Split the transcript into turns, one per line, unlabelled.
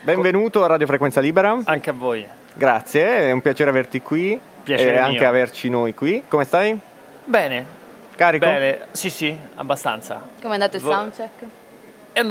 Benvenuto a Radio Frequenza Libera,
Anche a voi.
grazie, è un piacere averti qui
Piacere
e anche
mio.
averci noi qui. Come stai?
Bene,
Carico?
bene, sì sì, abbastanza.
Come è andato il
Vo-
soundcheck?